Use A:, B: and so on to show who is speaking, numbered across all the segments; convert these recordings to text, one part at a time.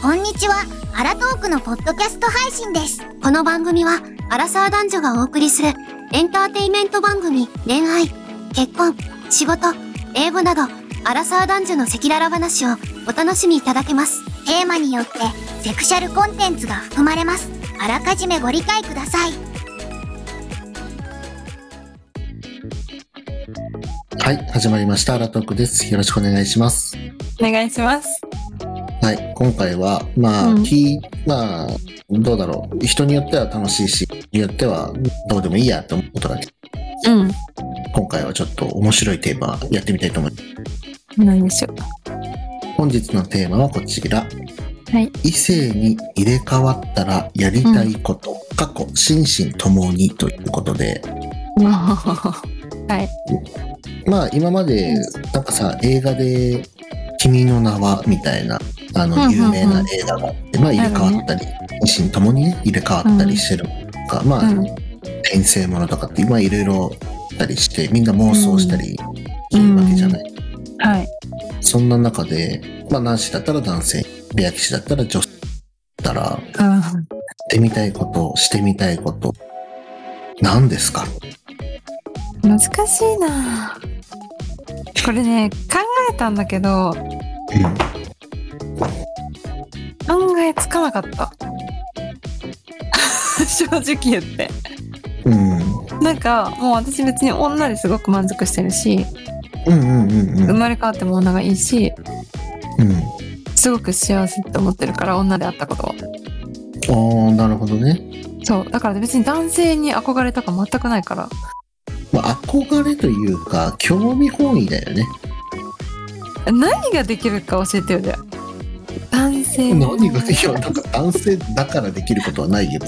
A: こんにちは。アラトークのポッドキャスト配信です。この番組は、アラサー男女がお送りするエンターテイメント番組、恋愛、結婚、仕事、英語など、アラサー男女の赤裸々話をお楽しみいただけます。テーマによって、セクシャルコンテンツが含まれます。あらかじめご理解ください。
B: はい、始まりました。アラトークです。よろしくお願いします。
C: お願いします。
B: はい、今回は、まあ、
C: うん
B: きまあ、どうだろう。人によっては楽しいし、人によってはどうでもいいやって思うことがある、
C: うん。
B: 今回はちょっと面白いテーマやってみたいと思います。
C: 何でしょう。
B: 本日のテーマはこちら。
C: はい。
B: 異性に入れ替わったらやりたいこと、過去、心身ともにということで、
C: はい。
B: まあ今までなんかさ映画で「君の名は」みたいなあ
C: うんうんう
B: の
C: ん
B: 有名な映画があって、まあ、入れ替わったり心身ともにね入れ替わったりしてるとか、まあ、
C: うん
B: 転生ものとかって今いろいろあったりしてみんな妄想したりするわけじゃない、
C: はい。
B: そんな中で、まあ、男子だったら男性レア騎士だったら女子だったらやっ
C: うん。
B: てみたいことしてみたいこと何ですか
C: 難しいな。これね、考えたんだけど、考えつかなかった。 正直言って。
B: うん、うん、
C: なんか、もう私別に女ですごく満足してるし、
B: うんうんうんう
C: 生
B: ん
C: まれ変わっても女がいいし、
B: うん
C: すごく幸せって思ってるから、女であったことを。
B: ああなるほどね
C: そう。だから別に男性に憧れとか全くないから。
B: まあ、憧れというか興味本位だよね
C: 何ができるか教えてよじゃあ男性
B: 何がいやなんか男性だからできることはないよ
C: う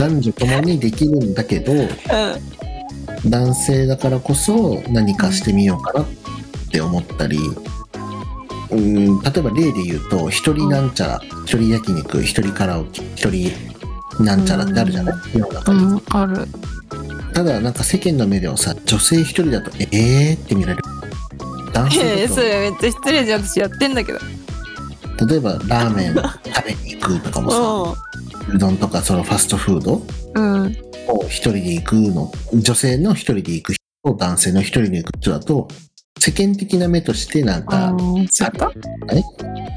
B: 男女ともにできるんだけど
C: う
B: 男性だからこそ何かしてみようかなって思ったりうん例えば例で言うと一人なんちゃら一人焼肉一人カラオケ一人なんちゃらってあるじゃない世の中に
C: ん、うん、ある
B: ただなんか世間の目ではさ女性一人だとえーって見られる男性
C: ええ
B: だ
C: そ
B: と
C: れめっちゃ失礼じゃん私やってんだけど
B: 例えばラーメン食べに行くとかもさうどんとかそのファストフードを
C: うんうん
B: 一人で行くの女性の一人で行く人と男性の一人で行く人だと世間的な目としてなん
C: あ
B: か
C: ーそういうこ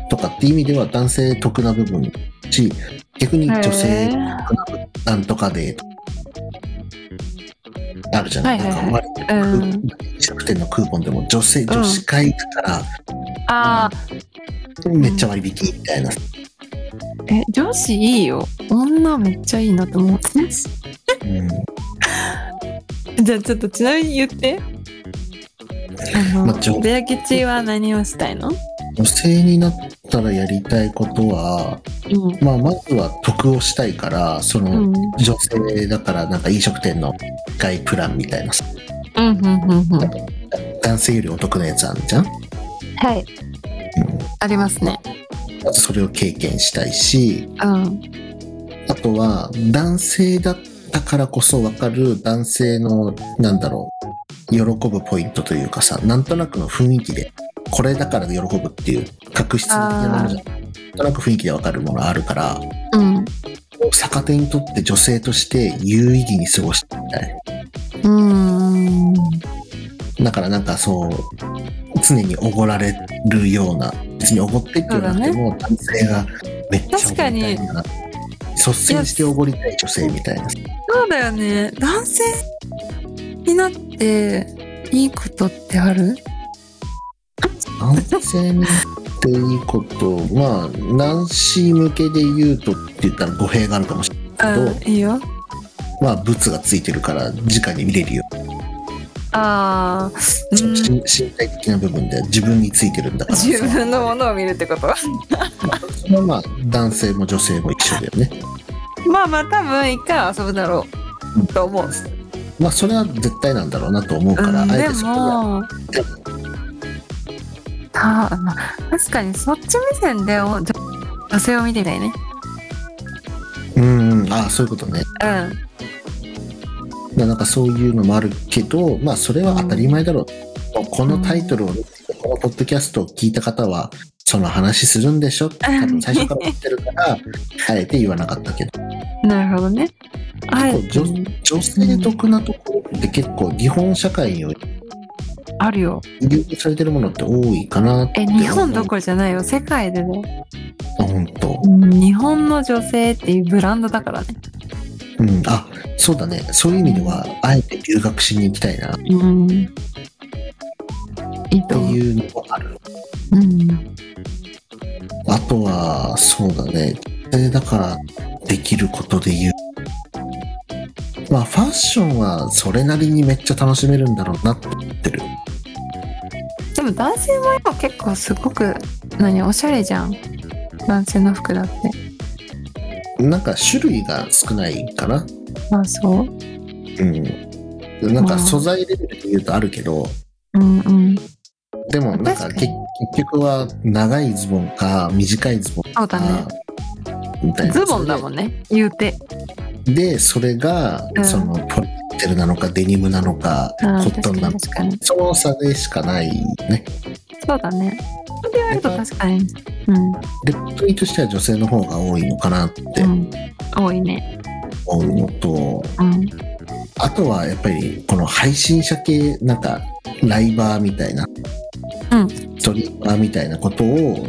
C: と
B: とかっていう意味では男性得な部分し逆に女
C: へ
B: 性
C: ー
B: なんとかであるじゃない、
C: はいはいはい
B: なんか
C: う
B: 割と
C: ん
B: 飲食店のクーポンでも女性女子会だから
C: あー
B: めっちゃ割引みたいな、
C: え女子いいよ女めっちゃいいなと思って
B: うん
C: じゃあちょっとちなみに言ってあ
B: まあちょ
C: のベア吉は何をしたいの
B: 女性になったらやりたいことは
C: うん
B: まあ、まずは得をしたいからその、
C: うん
B: 女性だからなんか飲食店の外プランみたいなさ
C: うんうんうんうん
B: 男性よりお得なやつあるじゃん、
C: はいありますね
B: まずそれを経験したいし
C: うん
B: あとは男性だったからこそ分かる男性のなんだろう喜ぶポイントというかさなんとなくの雰囲気でこれだから喜ぶっていう確執的なものじゃんなんとなく雰囲気で分かるものあるから
C: うん
B: 逆手にとって女性として有意義に過ごしたい
C: うん
B: だからなんかそう常におごられるような別におごってって言わなくても、男性がめっちゃおごりたいな率先しておごりたい女性みたいな
C: そうだよね男性になっていいことってある
B: 男性にっていいことまあ男子向けで言うとって言ったら語弊があるかもしれない
C: うんいいよ
B: まあブツがついてるから直に見れるよ、
C: ああ、
B: し身体的な部分で自分についてるんだからさ
C: 自分のものを見るってこと
B: それはまあ男性も女性も一緒だよね
C: まあまあ多分一回は遊ぶだろうと思う、う
B: まあそれは絶対なんだろうなと思うから、
C: ん、
B: あえ
C: で
B: てそこは
C: もたまあ確かにそっち目線でお女女性を見てないね
B: うんうんああそういうことね
C: うん
B: まあなんかそういうのもあるけどまあそれは当たり前だろう、このタイトルをこのポッドキャストを聞いた方はその話するんでしょって多分最初から思ってる から、あえて言わなかったけど。
C: なるほどね。あえ
B: 結構女女性得なところって結構日本社会において
C: あるよ。
B: 流入されてるものって多いかなって
C: え、
B: 思う。
C: 日本どころじゃないよ。世界でね。
B: あ、本当。
C: うん日本の女性っていうブランドだからね。
B: うん。あ、そうだね。そういう意味では、あえて留学しに行きたいなって
C: うん。いいと思う。
B: いうのもある。
C: うん。
B: あとは、そうだね。女性だからできることで言う。まあ、ファッションはそれなりにめっちゃ楽しめるんだろうなって思ってる。
C: でも男性は今結構すごく、何、おしゃれじゃん。男性の服だって。
B: なんか種類が少ないかな。
C: あ、そう。
B: うん。なん
C: まあ
B: か素材レベルで言うとあるけど、
C: うんうん。
B: でもなんか
C: 確かに
B: 結結局は長いズボンか短いズボン
C: そうだね
B: か。、みたいな。
C: ズボンだもんね。言うて。
B: でそれが、
C: うん
B: そのポリエステルなのかデニムなのかコ
C: あー
B: ット
C: 確
B: ン
C: か
B: なのか
C: に確かに。
B: その差でしかないね
C: そうだね。そう言われると確かに。
B: レッドイとしては女性の方が多いのかなって
C: うん。うん。多いね。
B: 思うのと、
C: うん。
B: あとはやっぱりこの配信者系なんかライバーみたいな、
C: うん
B: ストリーマーみたいなことを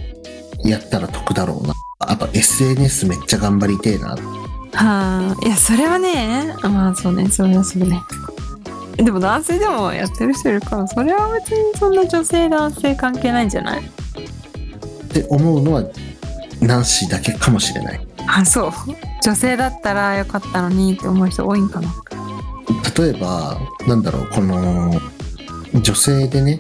B: やったら得だろうなあと SNS めっちゃ頑張りてえな
C: はあ、いや、それはね、まあそうね、それはそうね。でも男性でもやってる人いるから、それは別にそんな女性男性関係ないんじゃない
B: って思うのはナンシーだけかもしれない
C: あ、そう。女性だったらよかったのにって思う人多いんかな。
B: 例えばなんだろうこの女性でね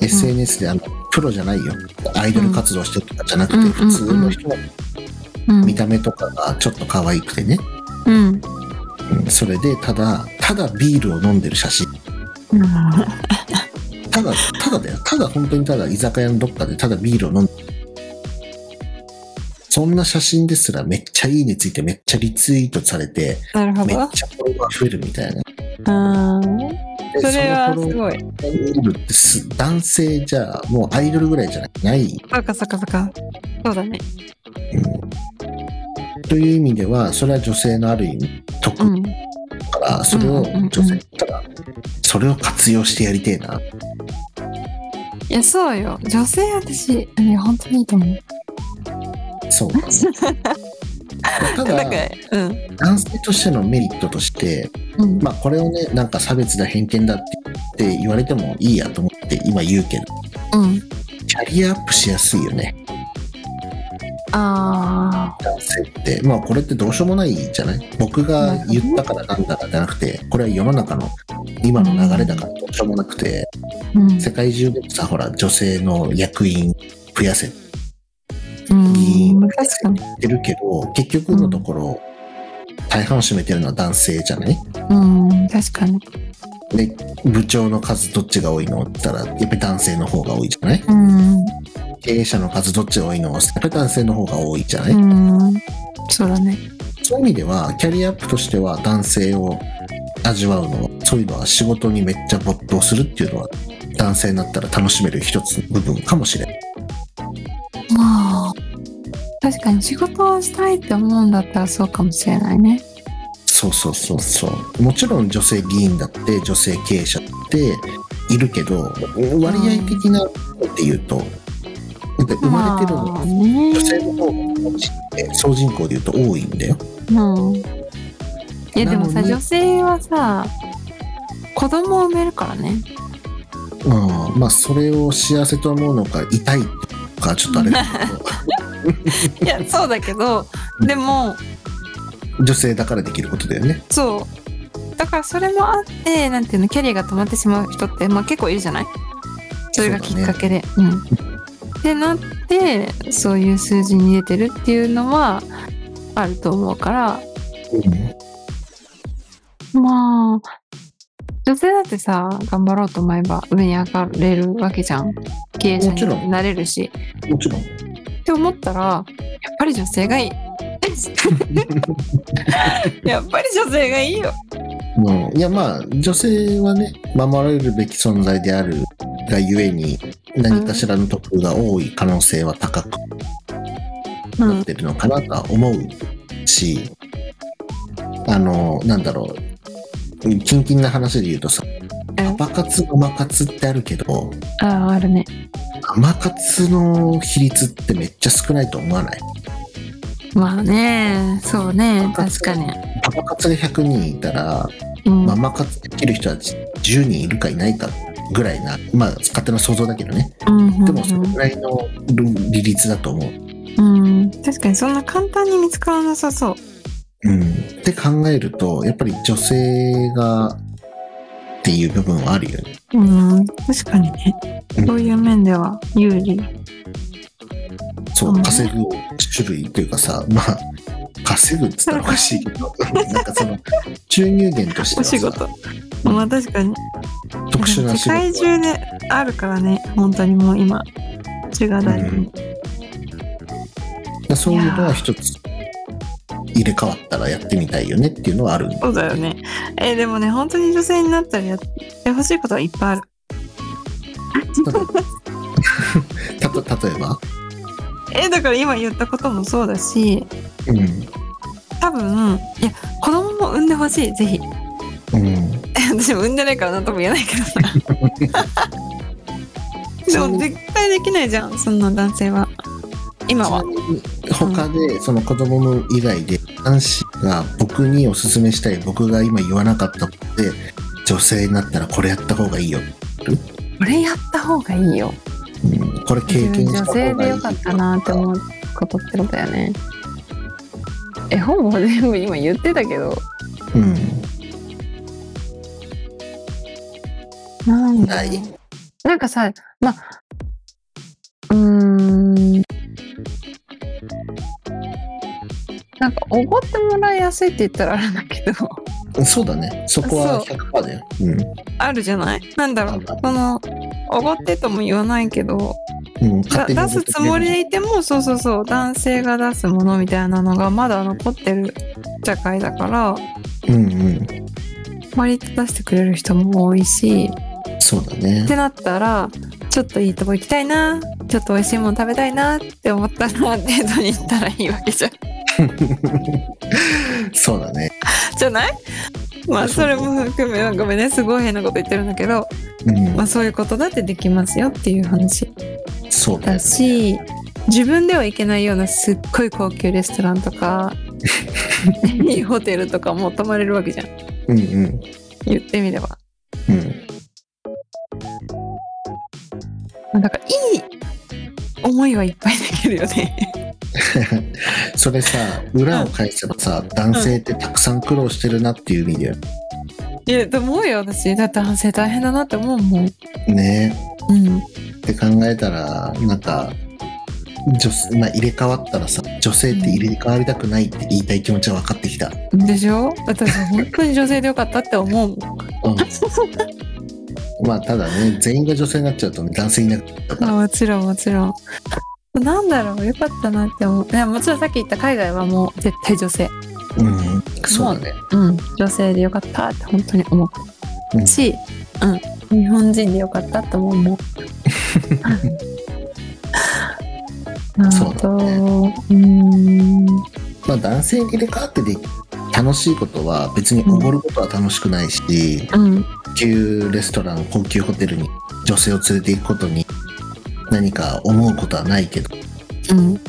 B: SNS であの、プロじゃないよアイドル活動してるとかじゃなくて、
C: うんうん
B: 普通の人の
C: うん。
B: 見た目とかがちょっと可愛くてね、
C: うん。
B: うんそれでただただビールを飲んでる写真
C: うん。
B: ただただだよただ本当にただ居酒屋のどっかでただビールを飲んでそんな写真ですらめっちゃいいねついてめっちゃリツイートされて
C: なるほ
B: めっ
C: ど。
B: ちゃフォロワー増えるみたいな
C: あ
B: で
C: それは
B: そのフォロワー
C: すごい。
B: ってす男性じゃもうアイドルぐらいじゃない、
C: そうかそうかそうか。そうだね。
B: うんという意味ではそれは女性のある意味得
C: う
B: だ
C: ん。
B: から、それ
C: う
B: を
C: んうんうん
B: 女性だったらそれを活用してやりてえない
C: や、そうよ。女性私、いや、本当にいいと思う。
B: そう なんですた
C: だ
B: だ
C: から、うん。
B: 男性としてのメリットとして、
C: うん。
B: まあ、これをねなんか差別だ偏見だってって言われてもいいやと思って今言うけど
C: うん。
B: キャリアアップしやすいよね
C: あ
B: 男性ってまあこれってどうしようもないじゃない僕が言ったからなんだかじゃなくてこれは世の中の今の流れだからどうしようもなくて、
C: あ。うん。
B: 世界中でもさほら女性の役員増やせっ
C: うん。確かに。
B: てるけど結局のところ、大半を占めてるのは男性じゃない
C: うん。確かに。
B: で部長の数どっちが多いのって言ったらやっぱり男性の方が多いじゃない
C: うん。
B: 経営者の数どっちが多いのやっぱり男性の方が多いじゃない、
C: うん。そうだね。
B: そういう意味ではキャリアアップとしては男性を味わうのはそういうのは仕事にめっちゃ没頭するっていうのは男性になったら楽しめる一つの部分かもしれない
C: まあ。確かに仕事をしたいって思うんだったらそうかもしれないね。
B: そうそうそうそうもちろん女性議員だって女性経営者だっているけど割合的なっていうとだって生まれてるの
C: ま
B: は
C: あね
B: 女性の方が総人口でいうと多いんだよ。
C: うん。いやでもさ、
B: なのに
C: 女性はさ、子供を産めるからね。
B: うん、まあそれを幸せと思うのか痛いとかちょっとあれだけ
C: いや、そうだけど、でも、
B: ど女性だからできることだよね。
C: そう。だからそれもあって、なんていうの、キャリアが止まってしまう人って、まあ結構いるじゃないそれがきっかけで。うん。ってなって、そういう数字に出てるっていうのはあると思うから、まあ、女性だってさ、頑張ろうと思えば上に上がれるわけじゃん。経営者
B: もちろん
C: になれるし。
B: もちろん。
C: って思ったら、やっぱり女性が いい。やっぱり女性がいいよ。
B: うん、いやまあ女性はね守られるべき存在であるがゆえに何かしらの得が多い可能性は高く
C: う
B: なっ
C: ん
B: てるのかなとは思うし、あの、なんだろう、キンキンな話で言うとさ、
C: うん
B: パパ活、ママ活ってあるけど、
C: あああるね
B: ママ活の比率ってめっちゃ少ないと思わない
C: まあねそうね確かに、
B: パパ活が100人いたら、
C: うん
B: ママ活できる人は10人いるかいないかぐらいな、まあ勝手な想像だけどね。
C: うんうんうん
B: でもそれぐらいの比率だと思う。
C: うん、確かにそんな簡単に見つからなさそう。
B: うん、って考えるとやっぱり女性がっていう部分はあるよね。
C: うん、確かにね。そういう面では有利。
B: そううん稼ぐ種類っていうかさまあ稼ぐっつったらおかしいけ どなんかその収入源として
C: お
B: は
C: 仕
B: さ
C: 事。まあ確かに。
B: 特殊な仕
C: 世
B: 事
C: 界中であるからね、本当にもう今。中が大事に。
B: だそういうのは一つ入れ替わったらやってみたいよねっていうのはある
C: そうだよね。えでもね、本当に女性になったらやってほしいことはいっぱいある。
B: ただた と例えば、
C: えだから今言ったこともそうだし、
B: う
C: 多分、いや、子供も産んでほしい、ぜひ。
B: んうん、
C: 私も産んでないから何とも言えないけ どさでも絶対できないじゃんそんな男性は今
B: ちな
C: は
B: みに他でその子供の以外で男子が僕におすすめしたい僕が今言わなかったことで女性になったらこれやった方がいいよ、
C: これやった方がいいよ
B: うん、これ経験した方
C: 女
B: がいい
C: 性でよかったなって思うことってことだよねえほぼ全部今言ってたけど
B: うん
C: なんだ
B: ない
C: ろうなんかさまあうーんなんかおごってもらいやすいって言ったらあれだけど
B: そうだねそこは100%だよ、
C: あるじゃないなんだろう
B: ある
C: そのおごってとも言わないけど
B: うんうん、勝
C: だ
B: 手に
C: 出すつもりでいてもそうそうそう男性が出すものみたいなのがまだ残ってる社会だから
B: うんうん
C: 割と出してくれる人も多いし
B: そうだ
C: っ
B: ね
C: てなったらちょっといいとこ行きたいなちょっと美味しいもの食べたいなって思ったらデートに行ったらいいわけじゃん
B: そうだね
C: じゃないまあ
B: そ
C: そ
B: そ
C: うれ
B: う
C: も含めごめんねすごい変なこと言ってるんだけど、
B: うん、
C: まあ、そういうことだってできますよっていう話
B: そうだ
C: だ
B: よね
C: し自分では行けないようなすっごい高級レストランとかいいホテルとかも泊まれるわけじゃん
B: うんうん
C: 言ってみれば
B: うん
C: だからいい思いはいっぱいできるよね
B: それさ裏を返せばさ、男性ってたくさん苦労してるなっていう意味だよ
C: いやと思うよ私だって男性大変だなって思うもん
B: ね
C: うん
B: って考えたらなんか女性、まあ、入れ替わったらさ女性って入れ替わりたくないって言いたい気持ちは分かってきた、
C: でしょ私本当に女性でよかったって思うもん
B: まあただね全員が女性になっちゃうと、ね、男性いなくなっちゃうか
C: あ
B: ら
C: もちろんもちろんなんだろうよかったなって思ういやもちろんさっき言った海外はもう絶対女性
B: うんそうだね
C: うん、女性でよかったって本当に思
B: うん
C: うし、うん日本人でよかったって思うもんあ
B: そうだ
C: と
B: ね
C: うーん
B: まあ男性に入れ替わってで楽しいことは別におごることは楽しくないし、
C: うん
B: 高級レストラン高級ホテルに女性を連れていくことに何か思うことはないけど
C: うん
B: うん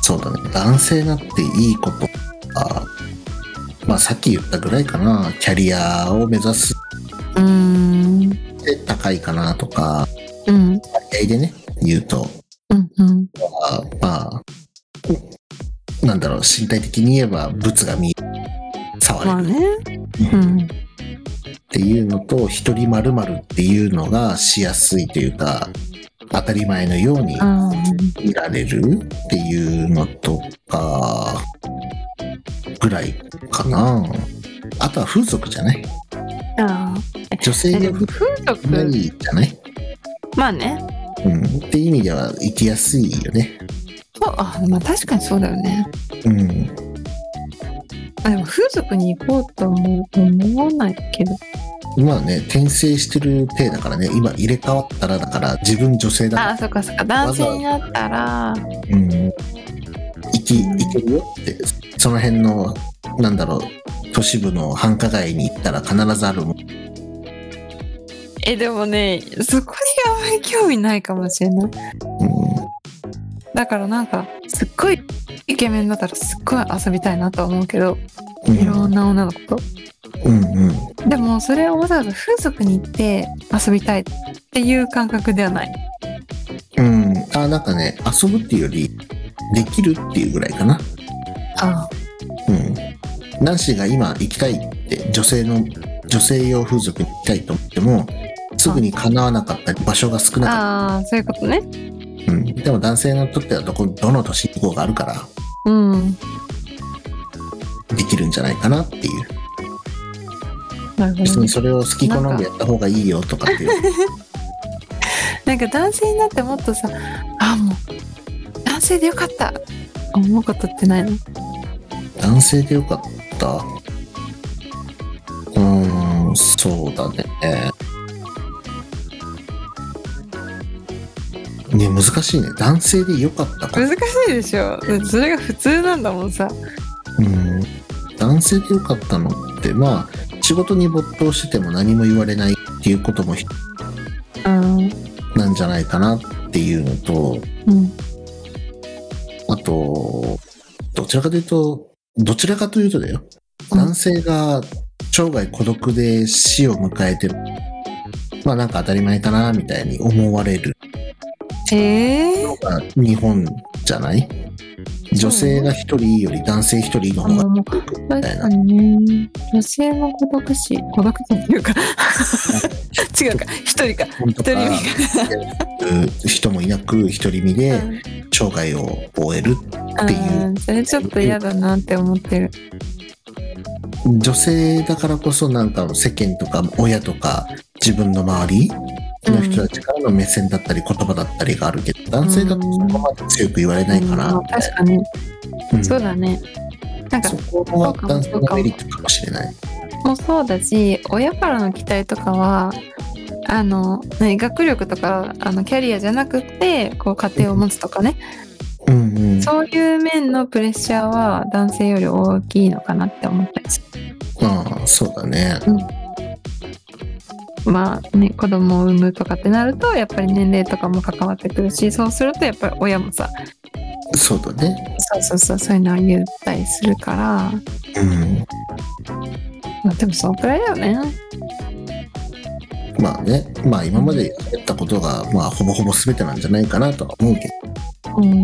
B: そうだね男性だっていいことあまあさっき言ったぐらいかなキャリアを目指す
C: うーん
B: って高いかなとか
C: うん
B: 割合でね言うと
C: うんうん
B: あまあなんだろう身体的に言えばブツが見え触れ
C: まあ
B: る
C: ねうん
B: っていうのと一人まるっていうのがしやすいというか当たり前のように
C: あ
B: 見られるっていうのとかぐらいかなあとは風俗じゃない
C: ーあ
B: 女性
C: ーで
B: の
C: も
B: 風
C: 風
B: 俗がい
C: 俗
B: いじゃない、
C: まあね
B: うん、っていう意味では行きやすいよね
C: そうあまあ確かにそうだよね
B: うん
C: あでも風俗に行こうとも思わないけど
B: 今はね転生してる体だからね今入れ替わったらだから自分女性だか
C: ああそっかそっか男性になったら
B: ら、うん、生き生けるよってその辺のなんだろう都市部の繁華街に行ったら必ずあるもん
C: えでもねそこにあんまり興味ないかもしれな
B: うん
C: いだからなんかすっごいイケメンだったらすっごい遊びたいなとは思うけど
B: うん
C: いろんな女の子と
B: うんうん
C: でもそれをわざわざ風俗に行って遊びたいっていう感覚ではない
B: うん、あなんかね遊ぶっていうよりできるっていうぐらいかな、
C: あ
B: うん、男子が今行きたいって女性の女性用風俗に行きたいと思ってもすぐに叶わなかったり場所が少なかっ
C: あーそういうことね
B: た、うん、でも男性にとってはどこどの年以降があるから
C: うん
B: できるんじゃないかなっていう
C: なるほ
B: 別
C: ど
B: にそれを好き好んでやった方がいいよとかって いう
C: なんか男性になってもっとさあもう男性でよかった思うことってないの
B: 男性でよかったうーんそうだねね難しいね男性でよかったこと
C: 難しいでしょだってそれが普通なんだもんさ
B: うん男性でよかったのってまあ仕事に没頭してても何も言われないっていうこともひ
C: うん
B: なんじゃないかなっていうのと
C: うん
B: あとどちらかというとどちらかというとだよ
C: うん
B: 男性が生涯孤独で死を迎えてるまあなんか当たり前かなみたいに思われる
C: え
B: のが日本じゃない女性が一人より男性一人の方が
C: もう確かにね女性も孤独死孤独死ってい うか違うか一人か
B: 本と
C: 一人
B: か人もいなく独り身
C: 身
B: で
C: が、
B: 生涯を終えるっていう
C: うんそれちょっと嫌だなって思ってる
B: 女性だからこそなんか世間とか親とか自分の周りの人たちからの目線だったり言葉だったりがあるけど男性だとそこまで強く言われないか
C: うん
B: ら
C: まあ確かに、
B: うん
C: そうだねなんか
B: そこは男性のメリットかもしれない。
C: もそうだし親からの期待とかはあの、ね、学力とかあのキャリアじゃなくてこう家庭を持つとかね、
B: うんうん、
C: そういう面のプレッシャーは男性より大きいのかなって思ったりす
B: まあそうだね。
C: るまあね子供を産むとかってなるとやっぱり年齢とかも関わってくるしそうするとやっぱり親もさ
B: そうだね。
C: そうそうそうそういうのを言ったりするから、
B: うん、
C: まあ、でもそのくらいだよね
B: まあねまあ今までやったことがまあほぼほぼ全てなんじゃないかなとは思うけど。
C: うん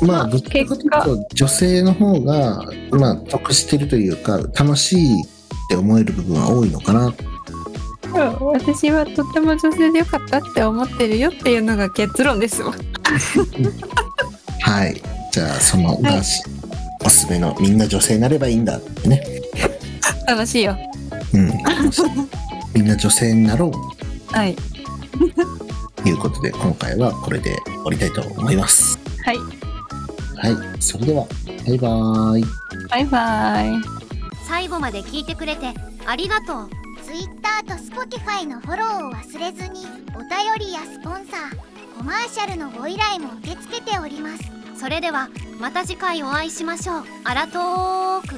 B: ま
C: ま
B: あ、
C: あ
B: どっちかというと女性の方が、まあ、得してるというか楽しいって思える部分は多いのかな
C: 私はとっても女性でよかったって思ってるよっていうのが結論です わ
B: はいじゃあその男子、おすすめのみんな女性になればいいんだってね
C: 楽しいよ
B: うんみんな女性になろう
C: はい
B: ということで今回はこれで終わりたいと思います
C: はい
B: はいそれではバイバーイ
C: バイバイ
A: 最後まで聞いてくれてありがとう Twitter と Spotify のフォローを忘れずにお便りやスポンサーコマーシャルのご依頼も受け付けておりますそれではまた次回お会いしましょうあらとーく